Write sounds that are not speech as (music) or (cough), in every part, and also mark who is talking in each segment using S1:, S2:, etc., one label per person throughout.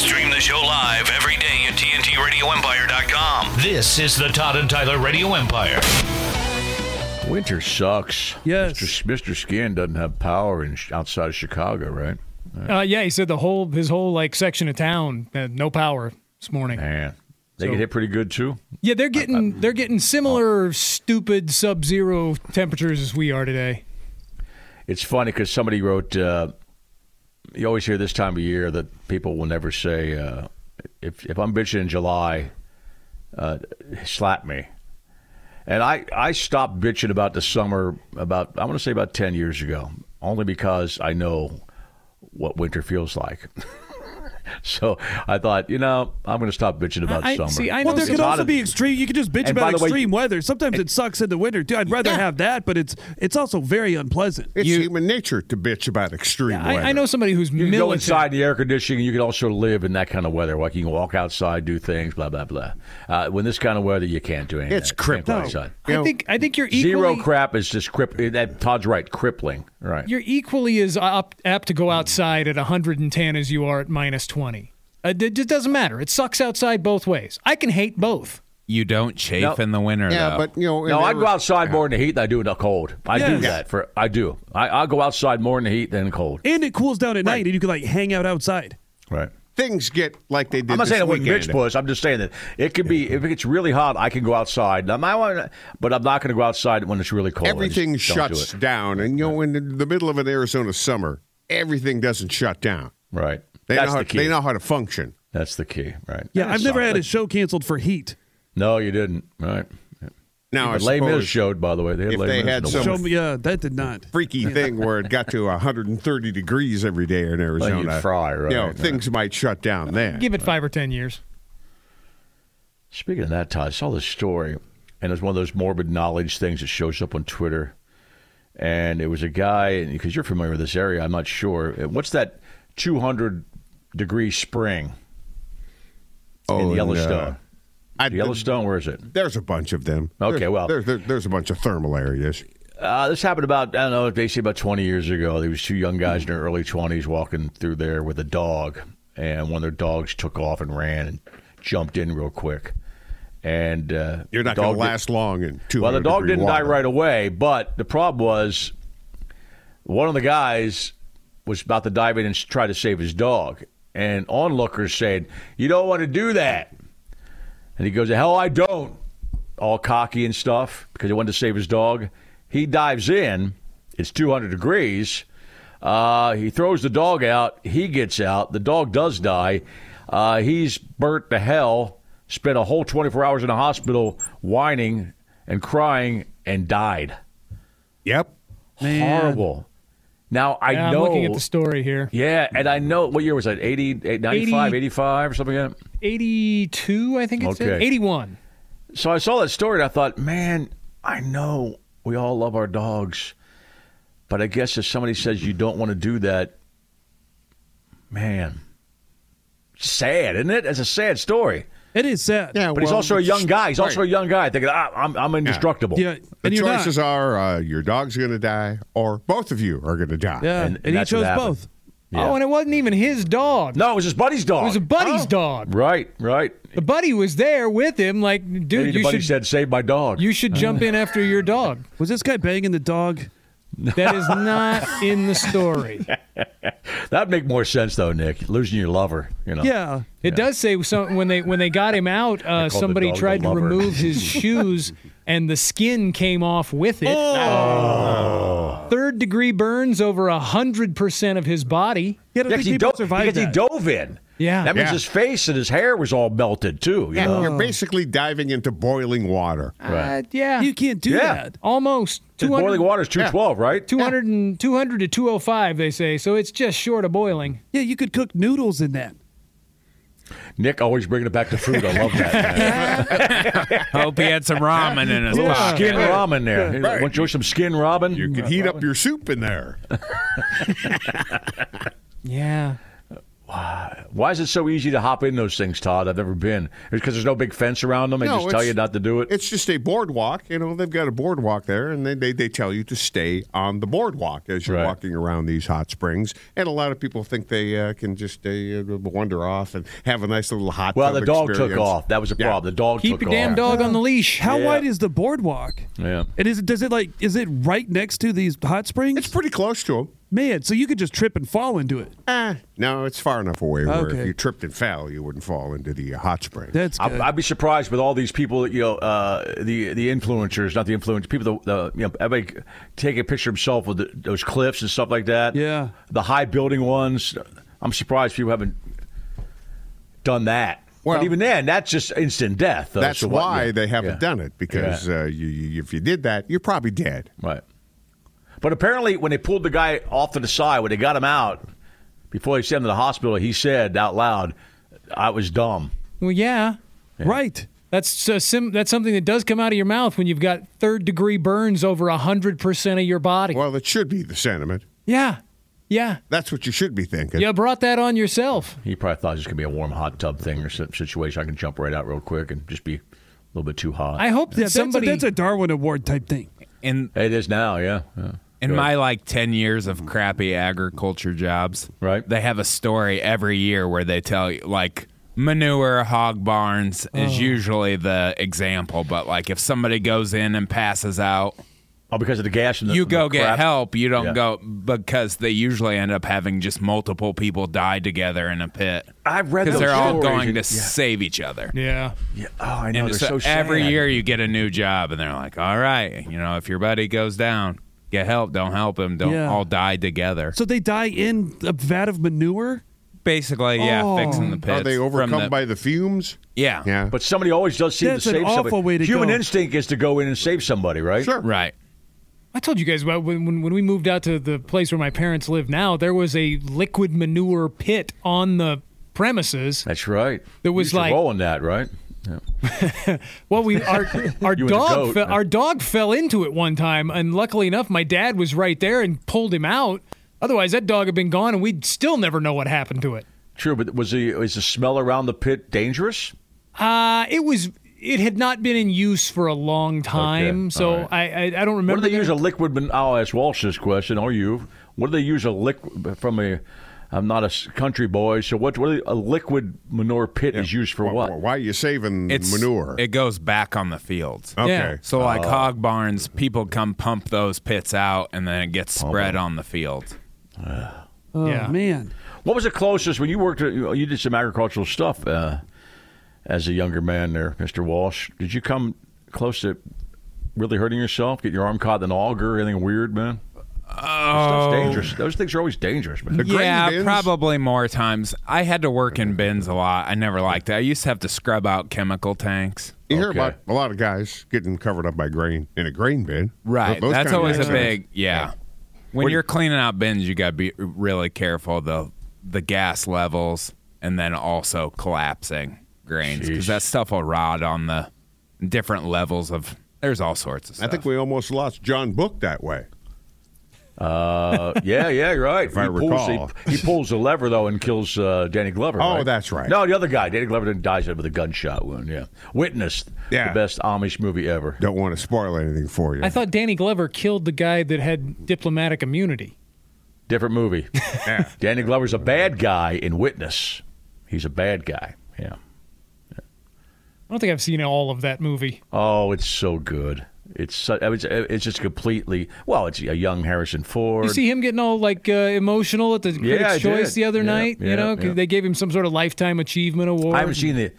S1: Stream the show live every day at TNTRadioEmpire.com. This is the Todd and Tyler Radio Empire.
S2: Winter sucks.
S3: Yes.
S2: Mr. S- Mr. Skin doesn't have power in sh- outside of Chicago, right?
S3: Uh, yeah, he said the whole his whole like section of town had no power this morning.
S2: Man, they
S3: So-
S2: get hit pretty good too.
S3: Yeah, they're getting they're getting similar stupid sub-zero temperatures as we are today.
S2: It's funny because somebody wrote. Uh, you always hear this time of year that people will never say, uh, "If if I'm bitching in July, uh, slap me." And I I stopped bitching about the summer about I want to say about ten years ago, only because I know what winter feels like. (laughs) so I thought, you know, I'm going to stop bitching about
S4: I,
S2: summer.
S4: see, I
S2: Well,
S4: know
S3: Well, there
S2: it's
S4: there
S2: a
S4: could
S2: lot
S4: also
S2: of-
S4: be extreme. You could just bitch
S2: And by
S4: about
S2: the way-
S4: extreme weather. Sometimes it sucks in the winter too. I'd rather have that, but it's it's also very unpleasant.
S5: It's human nature to bitch about extreme weather.
S3: I, I know somebody who's
S2: You can
S3: militant.
S2: go inside the air conditioning. You can also live in that kind of weather. Like you can walk outside, do things, blah blah blah. Uh, when this kind of weather, you can't do anything.
S5: It's
S2: You can't go
S5: crippling.
S2: outside.
S5: You
S3: I
S5: know,
S3: think I think you're equally,
S2: Zero crap is just crippling. That Todd's right. Crippling. Right.
S3: You're equally as op- apt to
S2: Hmm.
S3: go outside at 110 as you are at minus 20. Uh, it just doesn't matter. It sucks outside both ways. I can hate both.
S6: You don't chafe
S2: No.
S6: in the winter.
S5: yeah,
S6: though.
S5: but you know,
S2: no,
S5: and
S2: I
S5: they
S2: go
S5: were-
S2: outside more in the heat than I do in the cold. I do
S4: Yes.
S2: that for. I do. I, I'll go outside more in the heat than in cold.
S4: and it cools down at night, and you can like hang out outside.
S2: Right.
S5: Things get like they did.
S2: I'm not
S5: this
S2: saying I wouldn't
S5: weekend.
S2: bitch puss. I'm just saying that it could be if it gets really hot, I can go outside. Now, I want, but I'm not going to go outside when it's really cold. I just
S5: Everything
S2: don't do
S5: shuts
S2: it.
S5: down, and you know, in the, the middle of an Arizona summer, everything doesn't shut down.
S2: Right.
S5: They
S2: That's
S5: know how,
S2: the key.
S5: they know how to function.
S2: That's the key. Right.
S4: Yeah, I've never
S2: Sorry.
S4: had a show canceled for heat.
S2: No, you didn't. Right.
S5: Now, Oh, I
S2: But Les Mis
S5: suppose
S2: showed, by the way. They had
S5: if
S2: Les
S5: they
S2: Mis in
S5: had
S2: the
S5: some-
S2: winter.
S4: Show me, yeah, that did not.
S2: (laughs)
S5: freaky thing where it got to 130 degrees every day in Arizona.
S2: fry, right,
S5: You know,
S2: right.
S5: things might shut down then.
S3: Give it five or ten years.
S2: Speaking of that, Todd, I saw this story, and it's one of those morbid knowledge things that shows up on Twitter. And it was a guy, because you're familiar with this area, I'm not sure. Uh, What's that 200 degree spring in
S5: no.
S2: Yellowstone?
S5: Oh, uh, I-
S2: Yellowstone, where is it?
S5: There's a bunch of them.
S2: Okay,
S5: There's-
S2: well-
S5: there, there- there's a bunch of thermal areas.
S2: Uh, this happened about I don't know. They say about twenty years ago. There was two young guys in their early twenties walking through there with a dog, and one of their dogs took off and ran and jumped in real quick. And uh,
S5: You're not
S2: the
S5: going
S2: dog
S5: to
S2: did-
S5: last long in 200
S2: well, the dog
S5: degree
S2: didn't die
S5: water.
S2: right away, but the problem was one of the guys was about to dive in and s- try to save his dog, and onlookers said, "You don't want to do that." And he goes, "The hell I don't," all cocky and stuff because he wanted to save his dog. He dives in. It's 200 degrees. Uh, he throws the dog out. He gets out. The dog does die. Uh, he's burnt to hell. Spent a whole 24 hours in a hospital whining and crying and died.
S5: Yep.
S2: Horrible. Now I
S3: Yeah,
S2: know.
S3: I'm looking at the story here.
S2: yeah, and I know what year was that? 80, 95, 85 or something like that.
S3: 82, I think it's
S2: Okay.
S3: 81.
S2: So I saw that story and I thought, man, I know we all love our dogs, but I guess if somebody says you don't want to do that, man, sad, isn't it? That's a sad story.
S4: It is sad.
S5: Yeah,
S2: But he's also a young guy. He's also a young guy thinking, ah, I'm, I'm indestructible.
S4: yeah.
S5: The
S4: And you're not.
S5: choices are uh, your dog's going to die, or both of you are going to die.
S4: Yeah,
S2: And-
S4: and,
S2: and
S4: he
S2: that's what
S4: chose
S2: happened.
S4: both.
S3: Oh, and it wasn't even his dog.
S2: No, it was his buddy's dog.
S3: It was a buddy's
S2: Oh.
S3: dog.
S2: Right, right.
S3: The buddy was there with him, like,
S2: Maybe
S3: dude,
S2: the
S3: you
S2: buddy
S3: should,
S2: said, save my dog.
S3: you should jump in after
S2: (laughs)
S3: your dog.
S4: Was this guy banging the dog?
S3: That is not in
S2: (laughs)
S3: the story.
S2: That'd make more sense, though, Nick. Losing your lover, you know.
S4: Yeah.
S3: It does say some, when they when they got him out, uh,
S2: the
S3: somebody
S2: dog the
S3: tried to
S2: lover. (laughs) Oh.
S3: remove his shoes, and the skin came off with it. Uh, Third degree burns over 100% of his body.
S4: Yeah, I
S2: Yeah, 'cause
S4: don't think
S2: he
S4: people
S2: dove,
S4: survive
S2: because
S4: that.
S2: he dove in.
S3: Yeah.
S2: That means
S5: Yeah.
S2: his face and his hair was all melted too. You know?
S5: Yeah, you're basically diving into boiling water.
S3: Uh, yeah.
S4: You can't do
S2: Yeah.
S4: that.
S3: Almost. 200
S2: boiling water is 212, right?
S3: 200, and, 200 to 205, they say. So it's just short of boiling.
S4: Yeah, you could cook noodles in that.
S2: Nick always bringing it back to food. I love that.
S5: (laughs)
S2: man.
S6: Hope he had some ramen
S2: (laughs)
S6: in his pocket.
S2: skin ramen there. Hey,
S5: Right.
S2: Want you some skin ramen?
S5: You could heat up your soup in there.
S2: (laughs)
S3: Yeah.
S2: Why is it so easy to hop in those things, Todd? I've never been. It's because there's no big fence around them. They
S5: No,
S2: just tell
S5: it's-
S2: you not to do it.
S5: It's just a boardwalk. You know, they've got a boardwalk there, and they, they, they tell you to stay on the boardwalk as you're
S2: Right.
S5: walking around these hot springs. And a lot of people think they uh, can just uh, wander off and have a nice little hot
S2: Well,
S5: tub
S2: the dog
S5: experience.
S2: took off. That was a
S5: Yeah.
S2: problem. The dog
S3: Keep
S2: took
S3: your damn
S2: off.
S3: dog on the leash.
S4: How
S2: Yeah.
S4: wide is the boardwalk?
S2: Yeah.
S4: And is it does it like is it right next to these hot springs?
S5: It's pretty close to them.
S4: Man, so you could just trip and fall into it.
S5: Eh, no, it's far enough away where
S4: Okay.
S5: if you tripped and fell, you wouldn't fall into the uh, hot spring.
S4: That's good.
S2: I, I'd be surprised with all these people, you know, uh, the the influencers, not the influencers, people that uh, you know, everybody take a picture of himself with the, those cliffs and stuff like that.
S4: Yeah.
S2: the high building ones. I'm surprised people haven't done that.
S5: Well-
S2: but even then, that's just instant death. though,
S5: That's
S2: so what-
S5: why
S2: yeah.
S5: they haven't
S2: Yeah.
S5: done it because uh, you, you, if you did that, you're probably dead.
S2: Right. But apparently, when they pulled the guy off to the side, when they got him out, before they sent him to the hospital, he said out loud, I was dumb.
S3: Well, yeah.
S4: right.
S3: That's uh, sim- that's something that does come out of your mouth when you've got third degree burns over 100% of your body.
S5: Well, that should be the sentiment.
S3: Yeah. Yeah.
S5: That's what you should be thinking.
S3: You brought that on yourself.
S2: He probably thought it was going to be a warm hot tub thing or some situation. I can jump right out real quick and just be a little bit too hot.
S3: I hope that
S4: Yeah,
S3: somebody.
S4: that's, a, that's a Darwin Award type thing.
S6: In
S2: it is now, yeah. yeah.
S6: in
S2: Go
S6: my
S2: ahead.
S6: like ten years of crappy agriculture jobs,
S2: Right.
S6: They have a story every year where they tell you like manure hog barns is
S2: Oh.
S6: usually the example, but like if somebody goes in and passes out,
S2: Oh, because of the gas and the
S6: you
S2: and
S6: go
S2: the
S6: get
S2: crap?
S6: help. You don't
S2: Yeah.
S6: go because they usually end up having just multiple people die together in a pit
S2: I've read
S6: because
S2: those
S6: they're all
S2: stories
S6: going to
S2: and-
S6: save each other.
S3: yeah.
S2: Yeah. Oh, I know.
S6: And
S2: They're
S6: so
S2: so,
S6: every
S2: sad.
S6: year you get a new job, and they're like, "All right, you know, if your buddy goes down, get help. Don't help him. Don't
S4: Yeah.
S6: all die together."
S4: So they die in a vat of manure.
S6: Basically, yeah,
S4: Oh.
S6: fixing the pits.
S5: Are they
S6: from
S5: overcome
S6: the-
S5: by the fumes?
S6: Yeah,
S5: Yeah.
S2: But somebody always does seem
S4: That's
S2: to
S4: an
S2: save somebody.
S4: awful way to
S2: Human
S4: go.
S2: instinct is to go in and save somebody, right?
S5: Sure.
S6: right.
S3: I told you guys about when, when when we moved out to the place where my parents live now. There was a liquid manure pit on the premises.
S2: That's right.
S3: There was
S2: You used to
S3: like-
S2: roll in that, right?
S3: Well, we our our
S2: (laughs) You and the
S3: dog
S2: goat.
S3: fe- our dog fell into it one time, and luckily enough, my dad was right there and pulled him out. Otherwise, that dog had been gone, and we'd still never know what happened to it.
S2: True, but was the is the smell around the pit dangerous?
S3: Uh, it was it had not been in use for a long time,
S2: all
S3: so
S2: right.
S3: I, I I
S2: What
S3: don't
S2: do
S3: remember.
S2: they
S3: that.
S2: use a liquid? man- I'll ask Walsh this question. Or you? What do they use a liquid from a? I'm not a s- country boy, so what? What do they- a liquid manure pit is used for?
S5: Why,
S2: What?
S5: why are you saving
S6: It's
S5: manure? Oh.
S6: It goes back on the fields.
S5: okay.
S3: Yeah.
S6: So like hog barns, people come pump those pits out, and then it gets spread on the field.
S4: Oh
S3: Yeah.
S4: man.
S2: What was the closest when you worked? at- You did some agricultural stuff uh, as a younger man, there, Mister Walsh. Did you come close to really hurting yourself? Get your arm caught in an auger? Anything weird, man? Oh, dangerous. Those things are always dangerous, man.
S5: grain
S6: yeah,
S5: bins?
S6: probably more times. I had to work in bins a lot. I never liked it. I used to have to scrub out chemical tanks.
S5: You hear
S2: Okay.
S5: about a lot of guys getting covered up by grain in a grain bin.
S6: Right.
S5: Th- those
S6: That's
S5: kinda
S6: always a
S5: accidents.
S6: big yeah. When you're cleaning out bins, you got to be really careful the the gas levels and then also collapsing grains
S2: Sheesh.
S6: because that stuff will rot on the different levels of. There's all sorts
S5: I
S6: of stuff.
S5: think we almost lost John Book that way.
S2: Uh, yeah, yeah, you're right. If
S5: I
S2: he, pulls,
S5: recall.
S2: he, he pulls the lever though and kills uh, Danny Glover.
S5: Oh,
S2: right?
S5: that's right.
S2: No, the other guy, Danny Glover, didn't die with a gunshot wound. Yeah, Witness,
S5: Yeah.
S2: the best Amish movie ever.
S5: Don't want to spoil anything for you.
S3: I thought Danny Glover killed the guy that had diplomatic immunity.
S2: Different
S3: (laughs)
S2: movie. Danny Glover's a bad guy in Witness. He's a bad guy. Yeah.
S3: I don't think I've seen all of that movie.
S2: Oh, it's so good. It's so, I mean, it's, it's just completely well. It's a young Harrison Ford.
S3: You see him getting all like uh, emotional at the Critics'
S2: I
S3: Choice
S2: did.
S3: the other
S2: Yeah,
S3: night.
S2: yeah,
S3: you know, 'cause
S2: yeah.
S3: they gave him some sort of lifetime achievement award.
S2: I haven't seen the.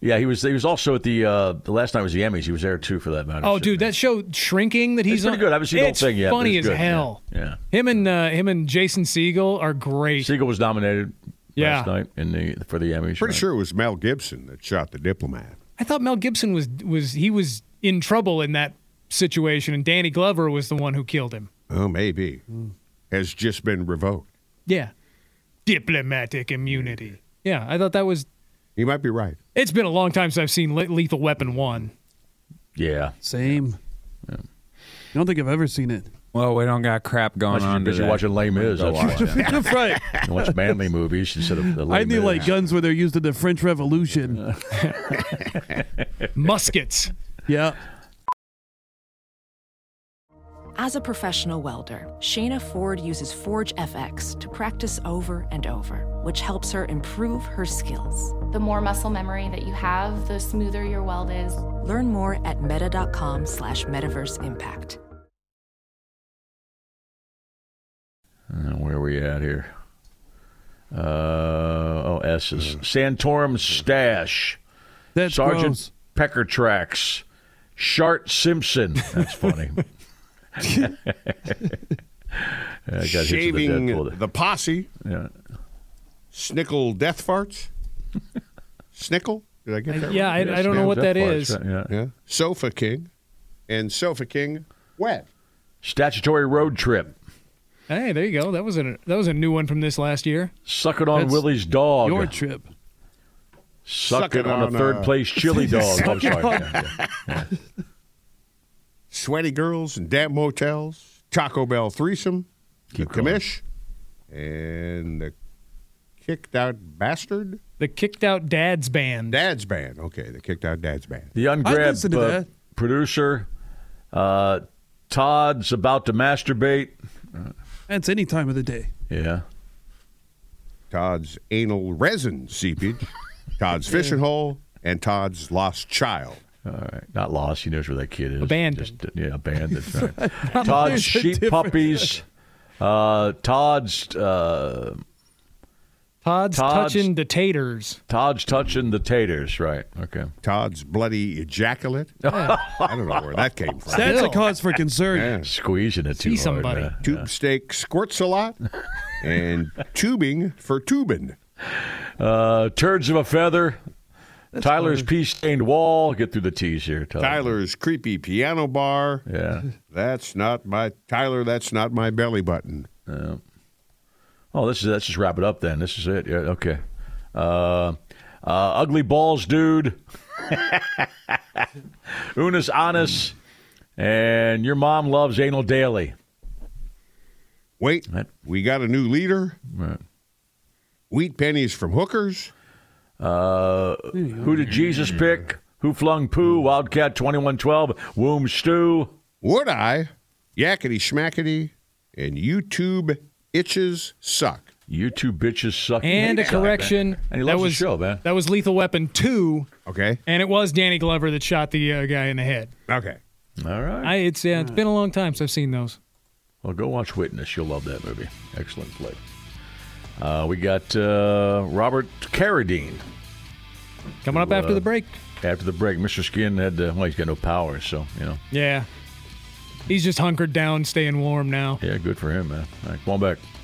S2: Yeah, he was. He was also at the uh, the last night was the Emmys. He was there too for that matter.
S3: Oh,
S2: Shit,
S3: dude,
S2: man.
S3: that show Shrinking that he's
S2: pretty
S3: on.
S2: good. I haven't seen the whole
S3: it's
S2: thing yet, but
S3: Funny
S2: it's
S3: as
S2: good, yeah.
S3: hell.
S2: Yeah.
S3: Him and uh, him and Jason Siegel are great.
S2: Siegel was nominated
S3: Yeah.
S2: last night in the for the Emmys.
S5: Pretty
S2: right?
S5: sure it was Mel Gibson that shot the diplomat.
S3: I thought Mel Gibson was was he was in trouble in that situation, and Danny Glover was the one who killed him.
S5: Oh, maybe. Has just been revoked.
S3: Yeah, diplomatic immunity. Yeah, I thought that was.
S5: You might be right.
S3: It's been a long time since I've seen Le- Lethal
S2: (laughs)
S3: Weapon one.
S2: Yeah.
S4: Same. I don't think I've ever seen it.
S6: Well, we don't got crap going
S2: Unless you're
S6: on.
S2: busy
S6: today.
S2: watching Lame Is. That's why.
S4: (laughs) That's right.
S2: (laughs) You watch manly movies instead of the
S4: I
S2: Lame
S4: knew
S2: Is.
S4: like guns where they're used in the French Revolution.
S3: Muskets.
S4: Yeah.
S7: As a professional welder, Shayna Ford uses Forge FX to practice over and over, which helps her improve her skills.
S8: The more muscle memory that you have, the smoother your weld is.
S7: Learn more at meta.com slash metaverse impact.
S2: Uh, where are we at here? Uh, oh, S's. Santorum Stash.
S4: That's
S2: Sergeant
S4: gross.
S2: Pecker Tracks. Shart Simpson. That's
S3: (laughs)
S2: funny. (laughs) Yeah, I got hit to the death
S5: Shaving
S2: with it.
S5: the posse.
S2: Yeah.
S5: Snickle death farts. (laughs) Snickle. Did I get that?
S3: Yeah,
S5: right?
S3: I, I don't know what that is.
S2: Yeah.
S5: Yeah. Sofa King. And Sofa King wet.
S2: Statutory road trip.
S3: Hey, there you go. That was a that was a new one from this last year.
S2: Suck it on
S4: That's
S2: Willie's dog.
S4: Your trip.
S2: Suck, it on, a third (laughs) place chili dog. I'm sorry. Yeah, yeah.
S5: Sweaty girls and damp motels. Taco Bell threesome.
S2: Keep
S5: the
S2: going.
S5: commish. And the kicked out bastard.
S3: The kicked out dads band.
S5: Dad's band. Okay, the kicked out dad's band.
S2: The
S4: listened
S2: ungrabbed
S4: to
S2: uh,
S4: that.
S2: producer. Uh, Todd's about to masturbate.
S4: That's any time of the day.
S2: Yeah.
S5: Todd's anal resin seepage. Todd's fishing hole. And Todd's lost child.
S2: All right. Not lost. He knows where that kid is.
S3: Abandoned.
S2: Just, uh, yeah, abandoned.
S3: (laughs)
S2: Right. Todd's sheep puppies. Uh, Todd's uh, Todd's-
S3: Todd's, touching the taters.
S2: Todd's touching the taters. Right. Okay.
S5: Todd's bloody ejaculate. I don't know where that came from.
S4: That's a
S3: Still.
S4: cause for concern.
S5: Yeah.
S2: Squeezing it too
S3: See somebody.
S2: hard.
S5: Tube steak squirts a lot and tubing for tubing.
S2: huh? Uh, turds of a feather. Tyler's pea stained wall. Get through the T's here, Tyler.
S5: Tyler's creepy piano bar.
S2: Yeah.
S5: That's not my Tyler, that's not my belly button.
S2: Oh, this is let's just wrap it up then. This is it. Yeah, okay. Uh, uh, ugly balls, dude. (laughs) Unis Honest, and your mom loves anal daily.
S5: Wait,
S2: That-
S5: we got a new leader. Wheat pennies from hookers.
S2: Uh, who did Jesus pick? Who flung poo? Wildcat twenty one twelve. Womb stew.
S5: Would I? Yakety schmackety and YouTube itches suck.
S2: You two bitches suck.
S3: And a
S2: dick,
S3: correction.
S2: man. And he
S3: that
S2: loves
S3: was
S2: the show, man.
S3: That was Lethal Weapon two,
S5: Okay.
S3: and it was Danny Glover that shot the uh, guy in the head.
S5: Okay.
S2: All right.
S3: I, it's yeah,
S2: Ah.
S3: it's been a long time since I've seen those.
S2: Well, go watch Witness. You'll love that movie. Excellent play. Uh, we got uh, Robert Carradine.
S3: Coming up after the break.
S2: After the break, Mr. Skin had to, well, he's got no power, so, you know.
S3: Yeah, he's just hunkered down, staying warm now.
S2: Yeah, good for him, man. All right, come on back.